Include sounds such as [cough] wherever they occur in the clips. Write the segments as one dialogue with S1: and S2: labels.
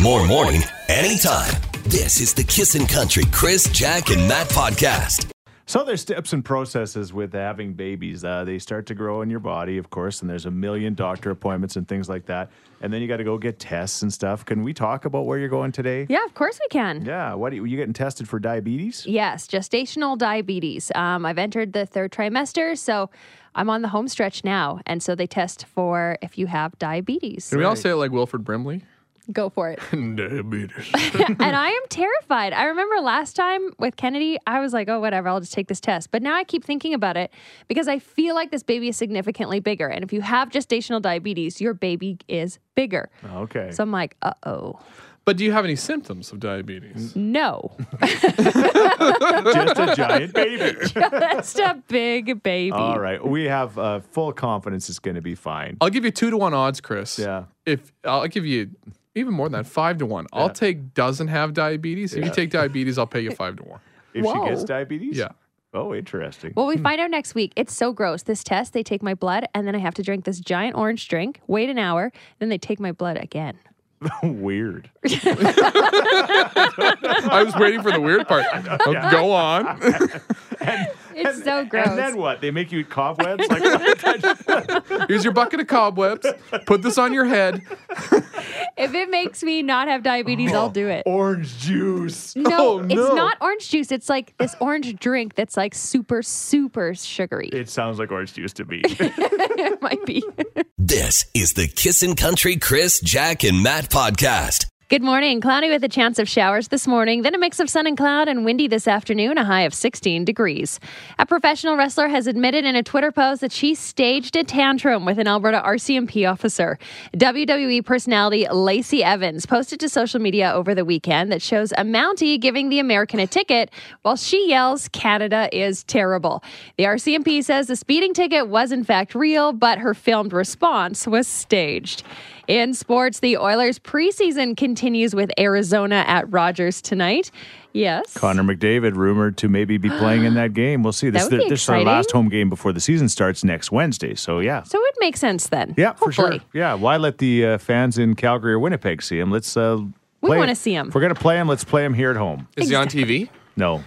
S1: more morning, anytime. This is the Kissin' Country Chris, Jack, and Matt podcast.
S2: So there's steps and processes with having babies. Uh, they start to grow in your body, of course, and there's a million doctor appointments and things like that. And then you got to go get tests and stuff. Can we talk about where you're going today?
S3: Yeah, of course we can.
S2: Yeah. What are you, you getting tested for diabetes?
S3: Yes, gestational diabetes. Um, I've entered the third trimester, so I'm on the home stretch now. And so they test for if you have diabetes.
S4: Can we all say it like Wilfred Brimley?
S3: Go for
S2: [laughs]
S3: it. [laughs]
S4: Diabetes.
S3: and I am terrified. I remember last time with Kennedy, I was like, oh, whatever, I'll just take this test. But now I keep thinking about it because I feel like this baby is significantly bigger. And if you have gestational diabetes, your baby is bigger.
S2: Oh, Okay.
S3: So I'm like, uh oh,
S4: [laughs] but do you have any symptoms of diabetes?
S2: Mm-hmm. [laughs]
S3: no. [laughs]
S2: Just a giant baby.
S3: That's a big baby.
S2: All right. We have uh, full confidence it's going to be fine.
S4: I'll give you two to one odds, Chris.
S2: Yeah.
S4: If I'll give you even more than that, five to one. I'll take doesn't have diabetes. If you take diabetes, I'll pay you five
S2: [laughs]
S4: to one.
S2: If she gets
S3: Whoa.
S2: diabetes?
S4: Yeah.
S2: Oh, interesting.
S3: Well, we find out next week. It's so gross. This test, they take my blood and then I have to drink this giant orange drink, wait an hour, then they take my blood again.
S2: [laughs] Weird.
S4: I was waiting for the weird
S2: [laughs]
S4: part. Oh, Go on.
S3: It's so gross.
S2: And then what? They make you eat
S3: [laughs]
S2: cobwebs? Like, what?
S4: Here's your bucket of cobwebs. Put this on your head.
S3: if it makes me not have diabetes,
S2: Oh.
S3: I'll do it.
S2: orange juice.
S3: No,
S4: Oh,
S3: it's
S4: no.
S3: not orange juice. It's like this orange drink that's like super, super sugary. [laughs] It
S2: It sounds like orange juice to
S3: [laughs]
S2: me.
S3: might be.
S1: This is the Kissin' Country Chris, Jack, and Matt podcast.
S3: Good morning. Cloudy with a chance of showers this morning, then a mix of sun and cloud and windy this afternoon, a high of 16 degrees. A professional wrestler has admitted in a Twitter post that she staged a tantrum with an Alberta RCMP officer. WWE personality Lacey Evans posted to social media over the weekend that shows a Mountie giving the American a ticket while she yells, Canada is terrible. The RCMP says the speeding ticket was in fact real, but her filmed response was staged. In sports, the Oilers preseason continues with Arizona at Rogers tonight. Yes.
S2: Connor McDavid rumored to maybe be playing
S3: [gasps]
S2: in that game. We'll see. This,
S3: That would be
S2: this is our
S3: exciting.
S2: last home game before the season starts next Wednesday. So, yeah.
S3: So it makes sense then.
S2: Yeah, for
S3: Hopefully.
S2: sure. Yeah, why let the uh, fans in Calgary or Winnipeg see him? Let's. Uh,
S3: We
S2: play-
S3: wanna see 'em.
S2: If we're gonna play him, let's play him here at home.
S4: Is he on [laughs] TV?
S2: No,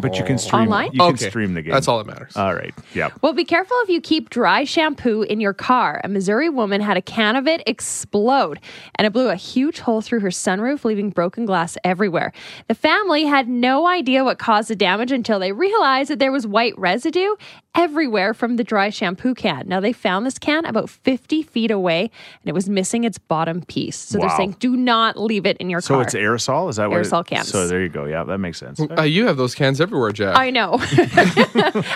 S2: but but you can stream.
S3: Online?
S2: You can stream the game. Uh,
S4: That's all that matters.
S2: All right. Yeah.
S3: Well, be careful if you keep dry shampoo in your car. A Missouri woman had a can of it explode and it blew a huge hole through her sunroof, leaving broken glass everywhere. The family had no idea what caused the damage until they realized that there was white residue everywhere from the dry shampoo can. Now, they found this can about 50 feet away and it was missing its bottom piece. So
S2: Wow.
S3: they're saying, do not leave it in your
S2: So
S3: car.
S2: it's aerosol. Is that what? it-
S3: Aerosol cans.
S2: So there you go. Yeah, that makes sense.
S4: Uh, you have those cans everywhere, Jack.
S3: I know. [laughs]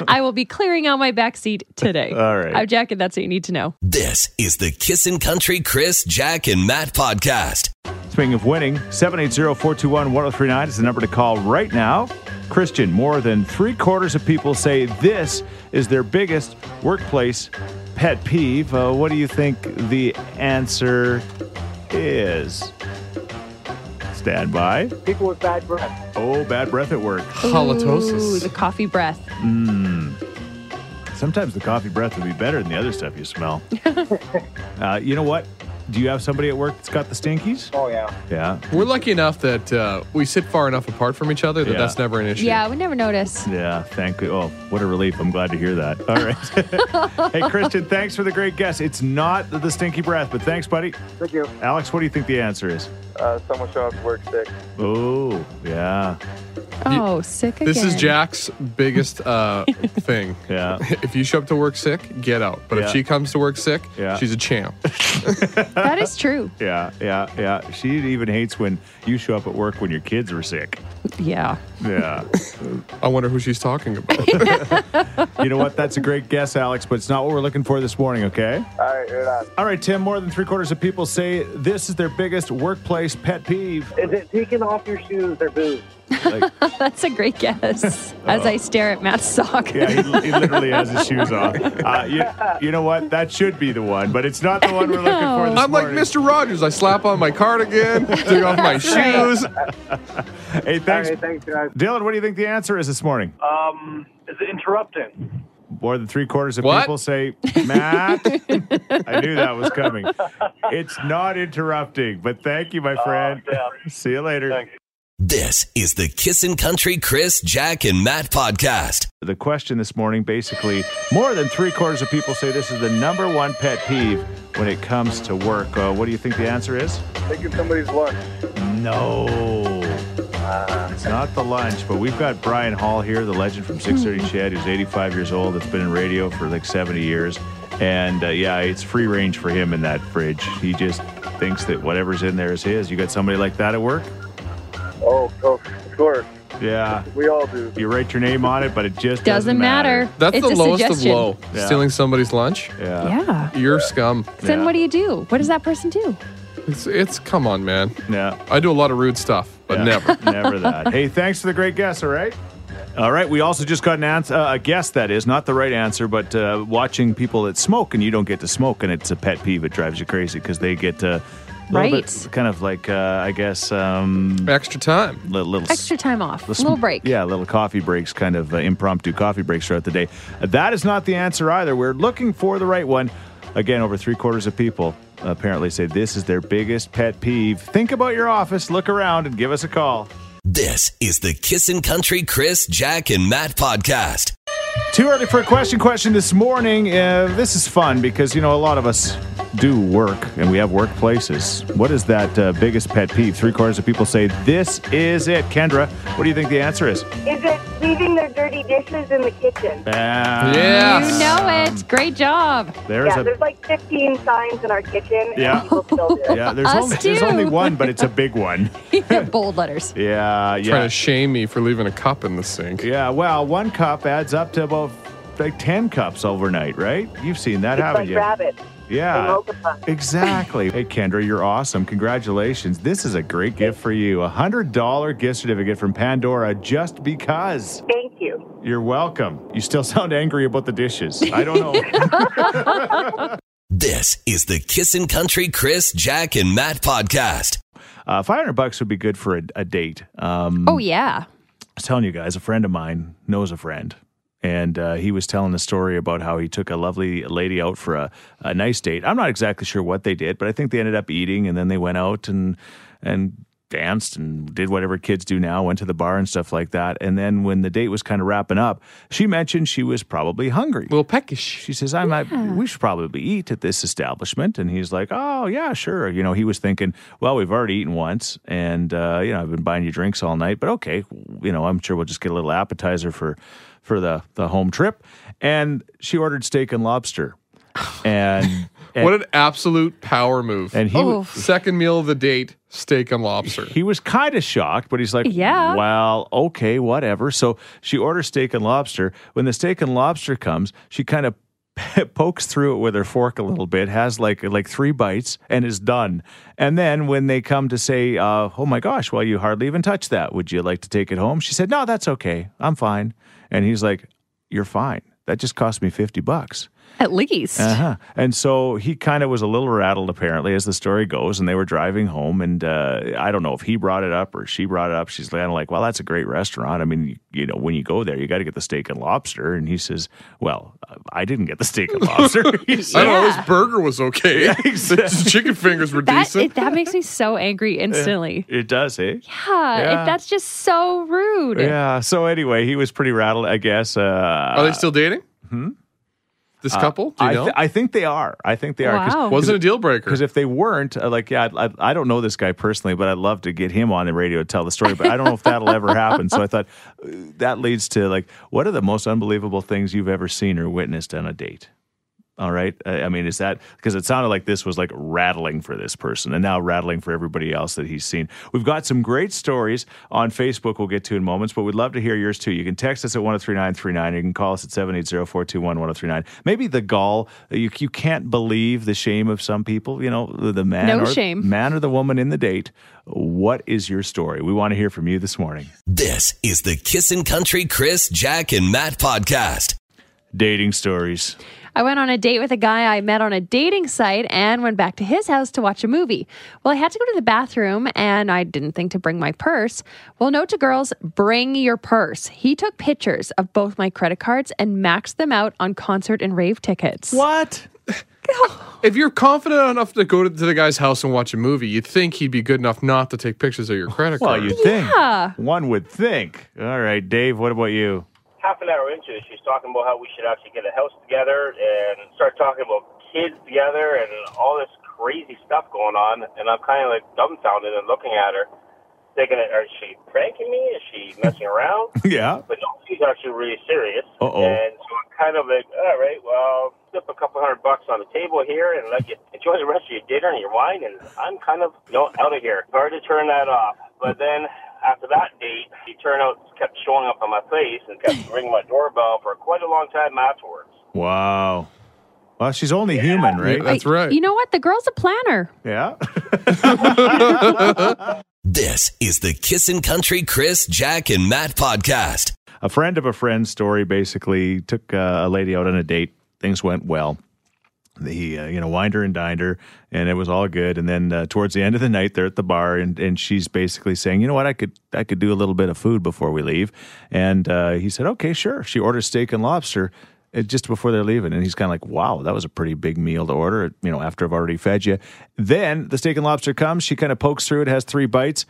S3: I will be clearing out my back seat today.
S2: [laughs] All right.
S3: I'm Jack, and that's what you need to know.
S1: This is the Kissin' Country Chris, Jack, and Matt podcast.
S2: Speaking of winning, 780-421-1039 is the number to call right now. Christian, more than three quarters of people say this is their biggest workplace pet peeve. Uh, what do you think the answer is? Stand by.
S5: people with bad breath.
S2: Oh, bad breath at work.
S3: Ooh,
S4: Halitosis.
S3: the coffee breath.
S2: Sometimes the coffee breath would be better than the other stuff
S5: [laughs]
S2: you smell. uh, you know what? Do you have somebody at work that's got the stinkies?
S5: Oh yeah.
S2: Yeah.
S4: We're lucky enough that uh, we sit far enough apart from each other that
S2: Yeah.
S4: that's never an issue.
S3: Yeah, we never notice.
S2: Yeah, thank you. Oh, what a relief. I'm glad to hear that. All right. [laughs] hey, Christian, thanks for the great guess. It's not the stinky breath, but thanks, buddy.
S5: Thank you.
S2: Alex, what do you think the answer is?
S5: Uh, someone show up to work sick.
S2: Oh, yeah.
S3: Oh, sick again.
S4: This is Jack's biggest
S2: [laughs]
S4: uh, thing.
S2: Yeah.
S4: If you show up to work sick, get out. But
S2: Yeah.
S4: if she comes to work sick,
S2: Yeah.
S4: she's
S2: [laughs]
S4: a champ.
S3: That is true.
S2: Yeah, yeah, yeah. She even hates when you show up at work when your kids were sick.
S3: Yeah.
S2: Yeah.
S4: I wonder who she's talking about.
S2: you know what? That's a great guess, Alex, but it's not what we're looking for this morning, okay?
S5: All right, right on.
S2: All right, Tim, more than three quarters of people say this is their biggest workplace pet peeve.
S5: Is it taking off your shoes or boots?
S2: Like,
S3: That's a
S2: [laughs]
S3: great guess. As I stare at Matt's sock.
S2: Uh, Yeah, he, he literally has his shoes off. Uh, you, you know what? That should be the one, but it's not the one we're looking for this
S4: I'm like
S2: morning.
S4: Mr. Rogers. I slap on my cardigan, take
S2: [laughs]
S4: off my shoes.
S2: Hey, thanks.
S5: All right, Uh, thanks guys.
S2: Dylan, what do you think the answer is this morning?
S6: Um, is it interrupting?
S2: More than three quarters of
S4: What?
S2: people say, Matt, I knew that was coming. It's not interrupting, but thank you, my friend.
S5: Oh, yeah.
S2: See you later.
S5: Thanks.
S1: This is the Kissin' Country Chris, Jack, and Matt podcast.
S2: The question this morning basically, more than three quarters of people say this is the number one pet peeve when it comes to work. Uh, what do you think the answer is?
S5: Taking somebody's lunch.
S2: No. It's not the lunch, but we've got Brian Hall here, the legend from
S3: Hmm.
S2: 630 Chad, who's 85 years old, that's been in radio for like 70 years. And uh, yeah, it's free range for him in that fridge. He just thinks that whatever's in there is his. You got somebody like that at work?
S5: Oh, oh, of course.
S2: Yeah.
S5: We all do.
S2: You write your name on it, but it just doesn't,
S3: Doesn't matter.
S4: That's
S3: it's
S4: the
S3: a
S4: lowest
S3: suggestion.
S4: of low.
S2: Yeah.
S4: Stealing somebody's lunch.
S2: Yeah.
S3: [laughs] Yeah.
S4: You're scum.
S3: So Then
S2: Yeah.
S3: what do you do? What does that person do?
S4: It's it's come on, man.
S2: Yeah.
S4: I do a lot of rude stuff, but
S2: Yeah, [laughs]
S4: never.
S2: never that. Hey, thanks for the great guess. All right. All right. We also just got an answer, uh, a guess that is not the right answer, but uh, watching people that smoke and you don't get to smoke, and it's a pet peeve. It drives you crazy because they get uh, a little bit
S3: Right.
S2: kind of like uh, I guess um,
S4: Extra time.
S2: li- little s-
S3: Extra time off.
S2: the sm-
S3: little break.
S2: Yeah, little coffee breaks, kind of uh, impromptu coffee breaks throughout the day. Uh, That is not the answer either. We're looking for the right one. Again, over three quarters of people apparently say this is their biggest pet peeve. Think about your office, look around, and give us a call.
S1: This is the Kissin' Country Chris, Jack, and Matt podcast.
S2: Too early for a question question this morning. Uh, this is fun because, you know, a lot of us do work and we have workplaces. What is that uh, biggest pet peeve? Three quarters of people say, This is it. Kendra, what do you think the answer is? Uh,
S6: Is it leaving their dirty dishes in the kitchen?
S4: Yeah.
S3: You know
S2: Um,
S3: it. Great job. [laughs]
S2: There's
S6: yeah,
S2: a.
S6: there's like 15 signs in our kitchen, and
S2: Yeah.
S6: people still do it.
S2: [laughs] yeah, there's
S3: Us
S2: only, there's
S3: too.
S2: only one, but it's a big
S3: [laughs]
S2: one. [laughs]
S3: Bold letters.
S2: Yeah, yeah.
S4: Trying to shame me for leaving a cup in the sink.
S2: yeah, well, one cup adds up to about like 10 cups overnight, right? You've seen that,
S6: It's
S2: haven't
S6: like
S2: you?
S6: rabbits. They
S2: Yeah.
S6: multiply.
S2: Exactly. hey, Kendra, you're awesome. Congratulations. This is a great gift for you. A $100 gift certificate from Pandora just because.
S6: Thank you.
S2: You're welcome. You still [laughs] sound angry about the dishes. I don't know.
S1: This is the Kissin' Country Chris, Jack, and Matt podcast.
S2: uh, 500 bucks would be good for a, a date. Um,
S3: Oh yeah.
S2: I was telling you guys, a friend of mine knows a friend. And uh, he was telling a story about how he took a lovely lady out for a, a nice date. I'm not exactly sure what they did, but I think they ended up eating and then they went out and and danced and did whatever kids do now, went to the bar and stuff like that. And then when the date was kind of wrapping up, she mentioned she was probably hungry.
S4: little peckish.
S2: She says, "I might. We should probably eat at this establishment." And he's like, "Oh yeah, sure." You know, he was thinking, "Well, we've already eaten once, and uh, you know, I've been buying you drinks all night, but okay, you know, I'm sure we'll just get a little appetizer for for the the home trip." And she ordered steak and lobster, and, and
S4: What an absolute power move.
S2: and he w-
S3: Oof.
S4: Second meal of the date, steak and lobster.
S2: he was kind of shocked, but he's like,
S3: Yeah.
S2: well, okay, whatever." So she orders steak and lobster. When the steak and lobster comes, she kind of [laughs] pokes through it with her fork a little bit, has like like three bites, and is done. And then when they come to say, uh, "Oh my gosh, well, you hardly even touched that. Would you like to take it home?" She said, "No, that's okay. I'm fine." And he's like, "You're fine. That just cost me fifty bucks."
S3: At least.
S2: Uh-huh. And so he kind of was a little rattled, apparently, as the story goes. And they were driving home, and uh, I don't know if he brought it up or she brought it up. She's kind of like, "Well, that's a great restaurant. I mean, you, you know, when you go there, you got to get the steak and lobster." And he says, "Well, uh, I didn't get the steak and lobster." He said,
S4: I don't know.
S3: Yeah.
S4: His burger was okay. [laughs] the chicken fingers were
S3: that
S4: decent.
S3: it, that makes me so
S2: [laughs]
S3: angry instantly.
S2: it does, eh?
S3: Yeah.
S2: Yeah.
S3: It, that's just so rude.
S2: Yeah. So anyway, he was pretty rattled, I guess. Uh,
S4: Are they still dating? Hmm? This couple? Do you
S2: I,
S4: know?
S2: th- I think they are. I think they are. 'cause-
S3: Wow.
S4: Wasn't a deal breaker.
S2: Because if they weren't, uh, like, yeah, I'd- I'd, I don't know this guy personally, but I'd love to get him on the radio to tell the story. But I don't know if that'll ever happen. So I thought uh, that leads to like, what are the most unbelievable things you've ever seen or witnessed on a date? All right. Uh, I mean, is that because it sounded like this was like rattling for this person and now rattling for everybody else that he's seen? We've got some great stories on Facebook we'll get to in moments, but we'd love to hear yours too. You can text us at 103939. You can call us at 780 421 1039. Maybe the gall, uh, you, you can't believe the shame of some people, you know, the man,
S3: No
S2: or,
S3: shame.
S2: man or the woman in the date. What is your story? We want to hear from you this morning.
S1: This is the Kissin' Country Chris, Jack, and Matt podcast.
S2: Dating stories.
S3: I went on a date with a guy I met on a dating site and went back to his house to watch a movie. Well, I had to go to the bathroom and I didn't think to bring my purse. Well, note to girls, bring your purse. He took pictures of both my credit cards and maxed them out on concert and rave tickets.
S2: What?
S4: If you're confident enough to go to, to the guy's house and watch a movie, you'd think he'd be good enough not to take pictures of your credit
S2: Well,
S4: card.
S2: you
S3: Yeah.
S2: think. One would think. All right, Dave, what about you?
S7: half an hour into it, she's talking about how we should actually get a house together and start talking about kids together and all this crazy stuff going on. And I'm kind of like dumbfounded and looking at her, thinking, "Is she pranking me? Is she messing
S5: [laughs]
S7: around?"
S2: Yeah.
S7: but no, she's actually really serious.
S2: Uh-oh.
S7: And so I'm kind of like, all right, well, flip a couple hundred bucks on the table here and let you enjoy the rest of your dinner and your wine, and I'm kind of, you know, out of here. Hard to turn that off. But then after that date, she turned out kept showing up on my face and kept [laughs] ringing my doorbell for quite a long time afterwards.
S2: Wow. Well, she's only human, right?
S4: Yeah. That's
S3: I-
S4: right.
S3: You know what? The girl's a planner.
S2: [laughs] Yeah.
S1: This is the Kissin' Country Chris, Jack, and Matt podcast.
S2: a friend of a friend's story basically took uh, a lady out on a date. Things went well. He, uh, you know, wined her and dined her, and it was all good. And then uh, towards the end of the night, they're at the bar, and, and she's basically saying, "You know what? I could I could do a little bit of food before we leave." And uh, he said, "Okay, sure." She orders steak and lobster uh, just before they're leaving, and he's kind of like, "Wow, that was a pretty big meal to order." You know, after I've already fed you. Then the steak and lobster comes. She kind of pokes through it, has three bites,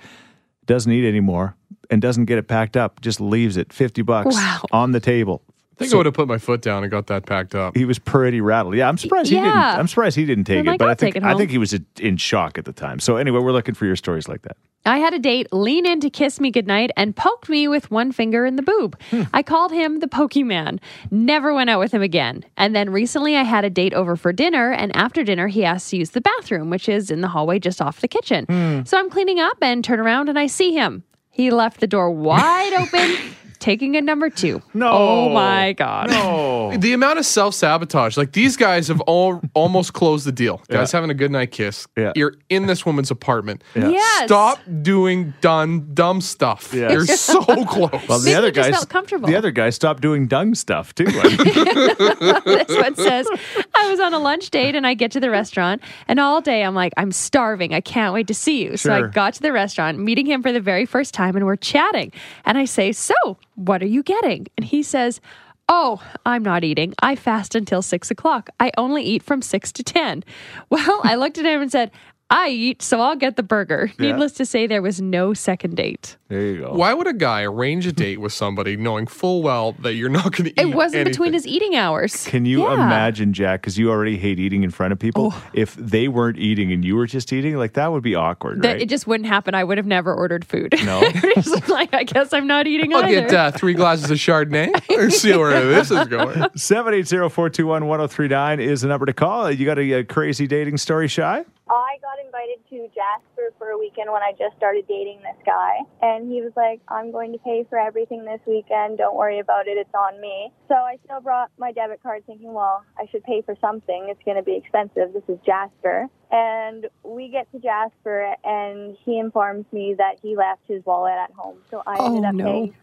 S2: doesn't eat anymore and doesn't get it packed up, just leaves it 50 bucks
S3: Wow.
S2: on the table.
S4: I think I would have put my foot down and got that packed up.
S2: He was pretty rattled. Yeah, I'm surprised he didn't.
S3: Yeah.
S2: I'm surprised he didn't take
S3: I'm
S2: it,
S3: like,
S2: but I
S3: I'll
S2: think
S3: take it
S2: I
S3: home.
S2: think he was in shock at the time. So anyway, we're looking for your stories like that.
S3: I had a date lean in to kiss me goodnight and poked me with one finger in the boob. I called him the Pokemon. Never went out with him again. And then recently I had a date over for dinner, and after dinner he asked to use the bathroom, which is in the hallway just off the kitchen. So I'm cleaning up and turn around and I see him. He left the door wide open, taking a number two.
S2: No.
S3: Oh my God.
S2: Oh.
S4: The amount of self sabotage, like these guys
S2: [laughs]
S4: have all almost closed the deal. Guys having a good night kiss.
S2: Yeah.
S4: You're in this woman's apartment.
S3: Yes.
S4: Stop doing dumb dumb stuff.
S2: Yeah. [laughs]
S4: You're so close.
S2: [laughs] Well, the
S3: Maybe
S2: other
S3: he just
S2: guys
S3: felt comfortable.
S2: The other guy stopped doing dung stuff too. I mean,
S3: [laughs] this one says, I was on a lunch date and I get to the restaurant, and all day I'm like, I'm starving. I can't wait to see you. So
S2: Sure.
S3: I got to the restaurant, meeting him for the very first time, and we're chatting. And I say, So, what are you getting? And he says, Oh, I'm not eating. I fast until six o'clock. I only eat from six to 10. [laughs] Well, I looked at him and said, I eat, so I'll get the burger.
S2: Yeah.
S3: Needless to say, there was no second date.
S2: there you go.
S4: Why would a guy arrange a date with somebody knowing full well that you're not going to eat?
S3: It wasn't between
S4: anything?
S3: his eating hours.
S2: Can you
S3: Yeah. Oh.
S2: imagine, Jack? Because you already hate eating in front of people. If they weren't eating and you were just eating, like that would be awkward,
S3: that
S2: right?
S3: it just wouldn't happen. I would have never ordered food. [laughs]
S2: No.
S3: Just like I guess I'm not eating
S4: I'll
S3: either.
S4: get uh, three glasses
S3: [laughs]
S4: of Chardonnay and see where this is going.
S2: 780-421-1039 is the number to call. You got a, uh crazy dating story, Shy?
S8: I got invited to Jasper for a weekend when I just started dating this guy. And he was like, I'm going to pay for everything this weekend. Don't worry about it. It's on me. So I still brought my debit card thinking, well, I should pay for something. It's going to be expensive. This is Jasper. And we get to Jasper, and he informs me that he left his wallet at home. So I
S3: Oh,
S8: ended up
S3: no.
S8: paying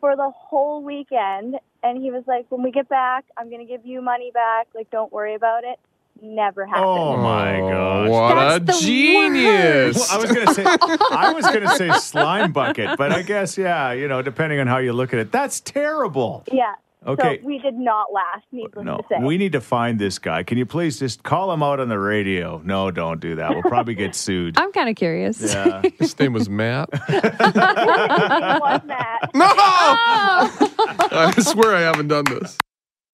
S8: for the whole weekend. And he was like, when we get back, I'm going to give you money back. Like, don't worry about it. Never happened.
S2: [laughs] Oh my gosh.
S4: What
S3: That's
S4: a
S3: the
S4: genius!
S2: Well, I was gonna say I was gonna say slime bucket, but I guess yeah, you know, depending on how you look at it, that's terrible.
S8: Yeah.
S2: Okay.
S8: So we did not last, needless
S2: No,
S8: to say.
S2: we need to find this guy. Can you please just call him out on the radio? No, don't do that. We'll probably get
S3: [laughs]
S2: sued. Uh,
S3: I'm kind of curious.
S2: Yeah.
S4: His name
S2: [laughs]
S4: was Matt.
S8: It was Matt.
S4: No! I swear I haven't done this.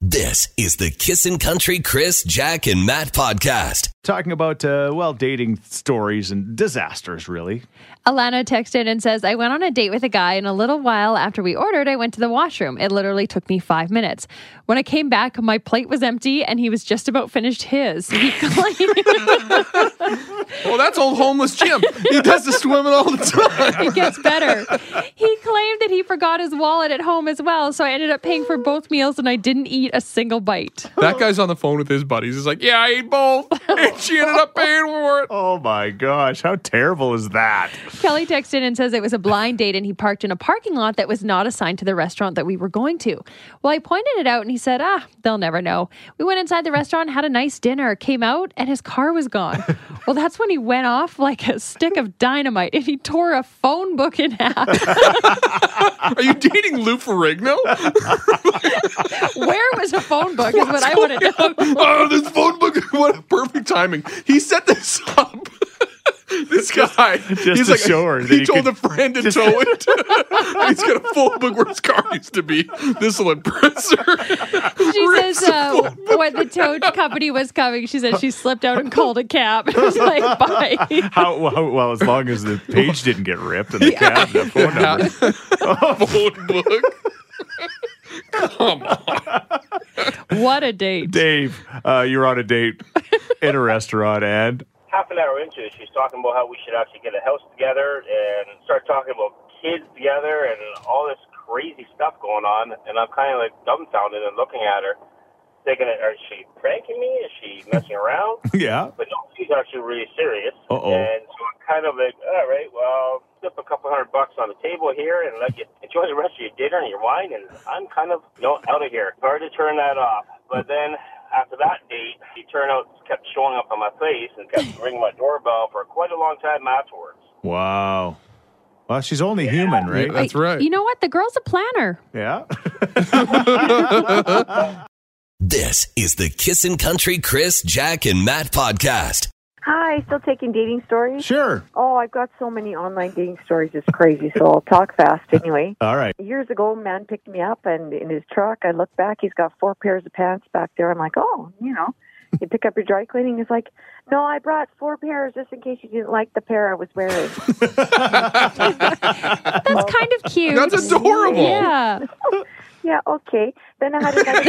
S1: This is the Kissin' Country Chris, Jack, and Matt podcast.
S2: Talking about uh, well, dating stories and disasters, really.
S3: [laughs] Alana texted and says, I went on a date with a guy, and a little while after we ordered, I went to the washroom. It literally took me five minutes. When I came back, my plate was empty, and he was just about finished his. He [laughs] claimed
S4: Well, that's old homeless Jim. He does the swimming all the time.
S3: it gets better. He claimed that he forgot his wallet at home as well, so I ended up paying for both meals, and I didn't eat a single bite.
S4: That guy's on the phone with his buddies. He's
S3: [laughs]
S4: like, "Yeah, I ate both," and she ended up paying for it.
S2: Oh my gosh, how terrible is that?
S3: Kelly texts in and says it was a blind date and he parked in a parking lot that was not assigned to the restaurant that we were going to. Well, I pointed it out and he said, ah, they'll never know. We went inside the restaurant, had a nice dinner, came out, and his car was [laughs] gone. well, that's when he went off like a stick of dynamite and he tore a phone book in [laughs] half.
S4: Are you dating Lou Ferrigno?
S3: Where was a phone book is what I want to know.
S4: [laughs] oh, this phone book! [laughs] What a perfect timing. He set this up. [laughs] This guy,
S2: to
S4: he's like,
S2: show her that
S4: he
S2: you
S4: told
S2: could-
S4: a friend to tow it. [laughs] he's got a phone book where his car used to be. This will impress
S2: [laughs]
S4: her. [laughs]
S3: She says uh, when the tow company was coming, she said she slipped out and called a cab. [laughs] It was like, bye.
S2: How, how well as long as the page didn't get ripped and the cab and the phone number.
S4: phone book. Come on.
S3: What a date.
S2: Dave, uh, you're on a date in a restaurant, and
S7: half an hour into it, she's talking about how we should actually get a house together and start talking about kids together and all this crazy stuff going on. And I'm kind of like dumbfounded and looking at her, thinking, "Is she pranking me? Is she messing around?"
S2: yeah,
S7: But no, she's actually really serious.
S2: Uh-oh.
S7: And so I'm kind of like, all right, well, flip a couple hundred bucks on the table here and let you enjoy the rest of your dinner and your wine. And I'm kind of, you know, out of here. Hard to turn that off. But then after that date, she turned out, kept showing up on my face and kept ringing my doorbell for quite a long time afterwards.
S2: wow. Well, she's only human, right?
S4: That's right.
S3: You know what? The girl's a planner.
S2: Yeah.
S3: [laughs]
S1: This is the Kissin' Country Chris, Jack, and Matt podcast.
S9: Hi, still taking dating stories?
S2: sure.
S9: Oh, I've got so many online dating stories, it's crazy, so I'll talk fast anyway.
S2: All right.
S9: Years ago, a man picked me up, and in his truck, I look back, he's got four pairs of pants back there. I'm like, oh, you know, you pick up your dry cleaning. He's like, no, I brought four pairs just in case you didn't like the pair I was wearing.
S4: [laughs]
S3: That's kind of cute.
S4: That's adorable.
S3: Yeah.
S9: yeah, okay. Then I had another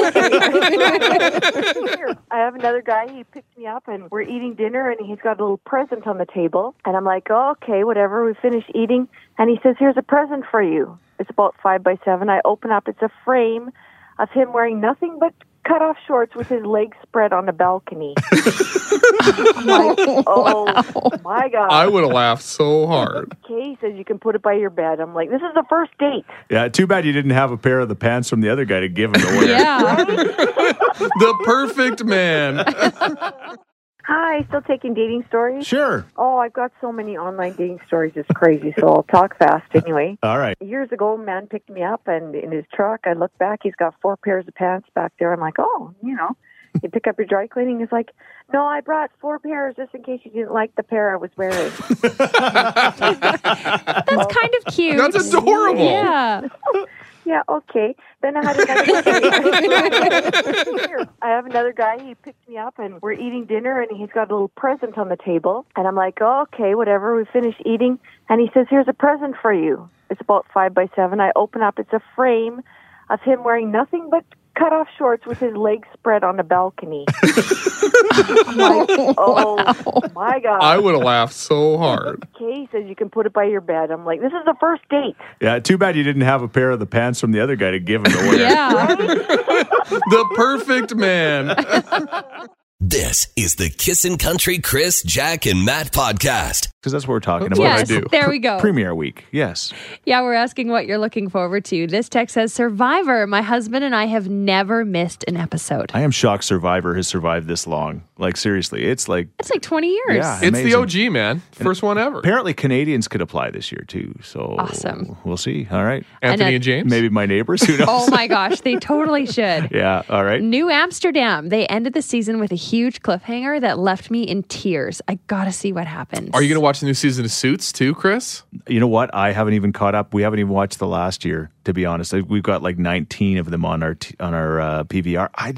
S9: I have another guy, he picked me up and we're eating dinner and he's got a little present on the table and I'm like, oh, okay, whatever. We finish eating and he says, Here's a present for you. It's about five by seven. I open up, it's a frame of him wearing nothing but cut off shorts with his legs spread on a balcony. I'm like, oh my god.
S4: I would have laughed so hard.
S9: okay, he says you can put it by your bed. I'm like, this is the first date.
S2: Yeah. Too bad you didn't have a pair of the pants from the other guy to give him to wear.
S4: [laughs]
S3: Yeah.
S4: The perfect man.
S9: Hi, still taking dating stories?
S2: Sure.
S9: Oh, I've got so many online dating stories. It's crazy. So I'll talk fast anyway.
S2: All right.
S9: Years ago, a man picked me up, and in his truck, I look back. He's got four pairs of pants back there. I'm like, oh, you know, you pick up your dry cleaning. He's like, no, I brought four pairs just in case you didn't like the pair I was wearing.
S3: That's kind of cute.
S4: That's adorable. [laughs]
S3: Yeah.
S9: yeah, okay. Then I had another. I have another guy. He picked me up, and we're eating dinner, and he's got a little present on the table, and I'm like, oh, okay, whatever. We finish eating, and he says, "Here's a present for you." It's about five by seven. I open up. It's a frame of him wearing nothing but cut off shorts with his legs spread on a balcony. I'm like, oh my god!
S4: I would have laughed so hard.
S9: okay, he says you can put it by your bed. I'm like, this is the first date.
S2: Yeah. Too bad you didn't have a pair of the pants from the other guy to give him to wear.
S3: Yeah.
S4: The perfect man.
S1: This is the Kissin' Country Chris, Jack, and Matt podcast.
S2: Because that's what we're talking about.
S4: what I
S3: yes.
S4: do.
S3: There we go.
S2: Premiere week. Yes.
S3: Yeah, we're asking what you're looking forward to. This text says Survivor. My husband and I have never missed an episode.
S2: I am shocked Survivor has survived this long. Like, seriously, it's like
S3: That's like 20 years.
S2: Yeah.
S4: It's the
S2: Amazing.
S4: OG, man. First one ever.
S2: apparently Canadians could apply this year too. So
S3: Awesome.
S2: We'll see. All right.
S4: Anthony
S3: Annette-
S4: and James.
S2: Maybe my neighbors. Who knows?
S3: [laughs] Oh my gosh, they totally should.
S2: Yeah. All right.
S3: New Amsterdam. They ended the season with a huge cliffhanger that left me in tears. I gotta see what happens.
S4: Are you going to watch the new season of Suits too, Chris?
S2: You know what? I haven't even caught up. We haven't even watched the last year, to be honest. I- We've got like 19 of them on our t- on our uh, PVR. I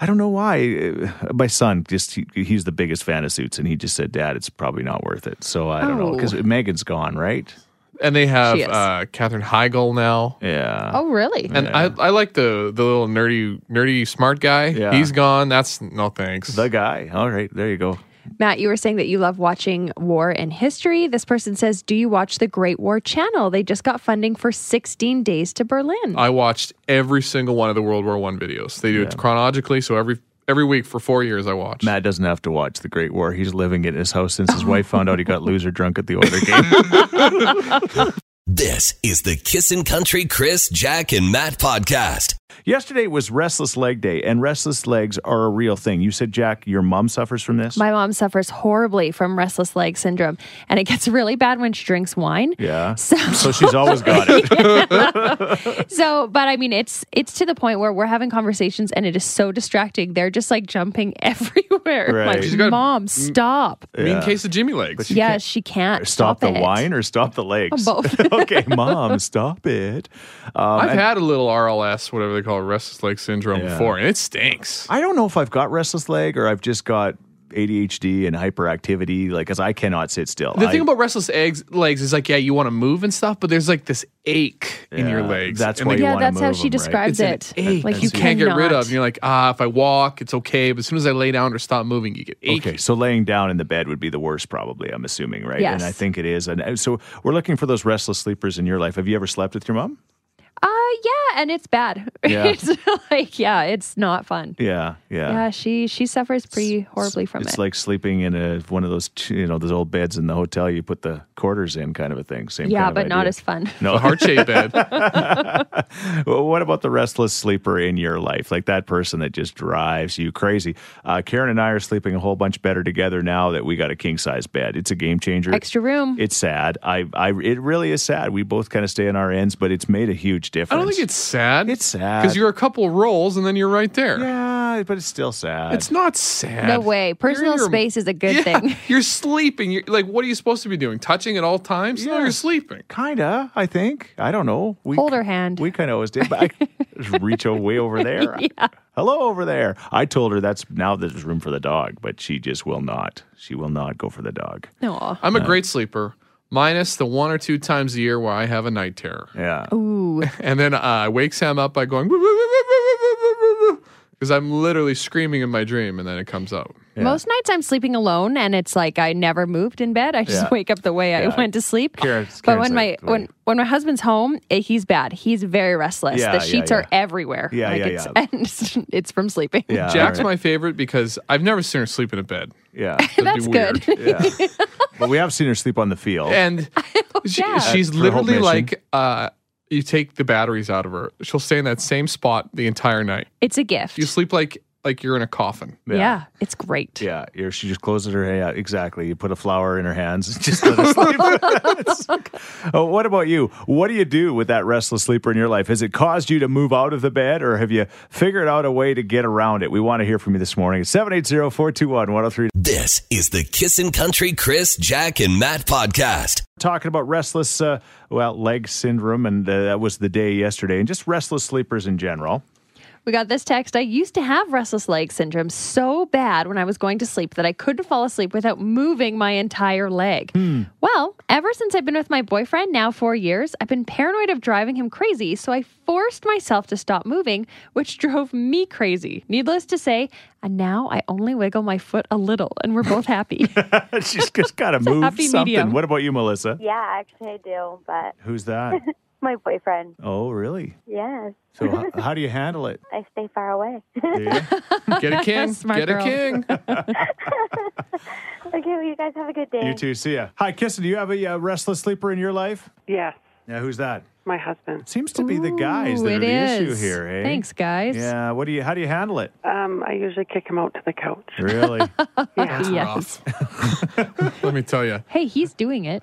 S2: I don't know why. Uh, My son just he, he's the biggest fan of suits, and he just said, "Dad, it's probably not worth it." So I don't know
S3: Oh.
S2: because Megan's gone, right?
S4: And they have
S3: She is.
S4: uh, Katherine Heigl now.
S2: Yeah.
S3: Oh really?
S4: And I, I like the the little nerdy nerdy smart guy.
S2: Yeah.
S4: He's gone. That's no thanks.
S2: The guy. All right, there you go.
S3: Matt, you were saying that you love watching war and history. This person says, Do you watch the Great War Channel? They just got funding for 16 days to Berlin.
S4: I watched every single one of the World War One videos. They do it chronologically, so every every week for four years. I watch.
S2: Matt doesn't have to watch the Great War. He's living it in his house since his wife found out he got loser drunk at the order
S3: [laughs]
S2: game.
S1: This is the Kissin' Country Chris, Jack, and Matt podcast.
S2: Yesterday was Restless Leg Day, and restless legs are a real thing. You said, Jack, your mom suffers from this.
S3: My mom suffers horribly from restless leg syndrome, and it gets [laughs] really bad when she drinks wine.
S2: yeah.
S3: So-
S2: so she's always got
S3: [laughs]
S2: it.
S3: So, but I mean, it's it's to the point where we're having conversations, and it is so distracting. They're just like jumping [laughs] everywhere.
S2: Right.
S3: Like,
S2: She's
S4: got-
S3: mom, stop.
S4: Mean
S2: Yeah.
S4: case of Jimmy legs.
S3: yes, she can't
S2: stop the
S3: it.
S2: wine or stop the legs?
S3: Both.
S2: [laughs] okay, mom, stop it. Um,
S4: I've had a little RLS, whatever they call it, restless leg syndrome
S2: Yeah.
S4: before, and it stinks.
S2: I don't know if I've got restless leg or I've just got ADHD and hyperactivity, like, because I cannot sit still.
S4: The
S2: I-
S4: thing about restless eggs, legs is like, yeah, you want to move and stuff, but there's like this ache in your
S2: Yeah,
S4: legs.
S2: that's
S4: and
S2: why
S4: like,
S2: you
S3: Yeah,
S2: wanna
S3: that's how
S2: move
S3: she
S2: 'em, right?
S3: describes
S4: it's
S3: it.
S4: an ache
S3: Like
S4: that
S3: you
S4: you can't get rid
S3: cannot.
S4: of. And you're like, ah, if I walk, it's okay, but as soon as I lay down or stop moving, you get achy.
S2: Okay, so laying down in the bed would be the worst, probably. I'm assuming, right? And
S3: Yes.
S2: I think it is. And uh, so we're looking for those restless sleepers in your life. Have you ever slept with your mom?
S3: Uh, yeah, and it's bad. [laughs]
S2: Yeah.
S3: it's like, yeah, it's not fun.
S2: Yeah, yeah.
S3: Yeah, she she suffers pretty horribly from
S2: it's
S3: it.
S2: like sleeping in a one of those you know those old beds in the hotel you put the quarters in, kind of a thing. Same.
S3: yeah,
S2: kind of
S3: but not
S2: idea.
S3: as fun. [laughs]
S4: A
S2: No.
S4: heart shaped bed.
S2: [laughs] Well, what about the restless sleeper in your life? Like that person that just drives you crazy. Uh, Karen and I are sleeping a whole bunch better together now that we got a king size bed. It's a game changer.
S3: Extra room.
S2: It's sad. I, I, it really is sad. We both kind of stay on our ends, but it's made a huge difference.
S4: I don't think it's sad.
S2: It's sad.
S4: Because you're a couple rolls and then you're right there.
S2: Yeah, but it's still sad.
S4: It's not sad.
S3: no way.
S4: You're in
S3: Personal
S4: your-
S3: space is a good
S4: Yeah,
S3: thing.
S4: [laughs] You're sleeping. You're like, what are you supposed to be doing? Touching at all times? No,
S2: Yeah.
S4: you're sleeping.
S2: kinda. I think. I don't know. We
S3: Hold her hand.
S2: We kind of always did, but I
S3: [laughs]
S2: just reach o- way over there. Hello over there. I told her that's now there's room for the dog, but she just will not. She will not go for the dog.
S3: [laughs] No.
S4: I'm a great sleeper, minus the one or two times a year where I have a night terror.
S2: Yeah.
S3: Ooh.
S4: And then uh, I wake Sam up by going, [laughs] because I'm literally screaming in my dream and then it comes out.
S3: Most nights I'm sleeping alone, and it's like I never moved in bed. I just
S2: Yeah.
S3: [laughs] wake up the way
S2: Yeah.
S3: I went to sleep.
S2: Karen's-
S3: but
S2: Karen's
S3: when my
S2: like,
S3: when when my husband's home, eh, he's bad. He's very restless.
S2: Yeah,
S3: the
S2: yeah,
S3: sheets
S2: yeah.
S3: are everywhere.
S2: Yeah,
S3: like
S2: yeah,
S3: it's,
S2: yeah.
S3: [laughs] And it's, it's from sleeping.
S2: Yeah.
S4: Jack's
S2: all right.
S4: my favorite because I've never seen her sleep in a bed.
S2: Yeah.
S4: [laughs] That'd
S3: [laughs]
S4: be
S2: [laughs]
S3: That's
S4: weird.
S2: Yeah. but we have seen her sleep on the field.
S3: [laughs]
S4: And she,
S3: Yeah.
S4: she's
S2: That's Oh. her whole
S4: literally
S2: mission.
S4: like, uh, you take the batteries out of her. She'll stay in that same spot the entire night.
S3: It's a gift.
S4: You sleep like like you're in a coffin.
S3: yeah. it's great.
S2: Yeah, or she just closes her hair. Yeah, exactly. You put a flower in her hands and [laughs] just let her sleep. It's- oh, what about you? What do you do with that restless sleeper in your life? Has it caused you to move out of the bed or have you figured out a way to get around it? We want to hear from you this morning. It's 780 421 103.
S1: This is the Kissin' Country Chris, Jack, and Matt podcast.
S2: Talking about restless, uh, well, leg syndrome, and uh, that was the day yesterday, and just restless sleepers in general. [laughs]
S3: We got this text. I used to have restless leg syndrome so bad when I was going to sleep that I couldn't fall asleep without moving my entire leg. Well, ever since I've been with my boyfriend now four years, I've been paranoid of driving him crazy, so I forced myself to stop moving, which [laughs] drove me crazy. Needless to say, and now I only wiggle my foot a little, and we're both happy. [laughs]
S2: She's just got to move
S3: happy
S2: something.
S3: medium.
S2: What about you, Melissa?
S8: Yeah, actually, I do, but
S2: Who's that?
S8: my boyfriend.
S2: oh, really?
S8: Yes,
S2: So, h- how do you handle it?
S8: I stay far away.
S2: Do you?
S3: [laughs]
S4: Get a king.
S3: Smart
S4: get
S3: girl.
S4: a
S3: [laughs]
S4: king.
S8: okay, well, you guys have a good day.
S2: You too. See ya. Hi, Kissin. Do you have a uh, restless sleeper in your life?
S10: Yes,
S2: Yeah, who's that?
S10: my husband.
S2: Seems to be the guys
S3: Ooh,
S2: that are
S3: it
S2: the issue
S3: is.
S2: here. Eh?
S3: Thanks, guys.
S2: Yeah. What do you? How do you handle it?
S10: Um, I usually kick him out to the couch.
S2: Really?
S10: Yeah.
S3: Yes.
S4: Rough. Let me tell you,
S3: Hey, he's doing it.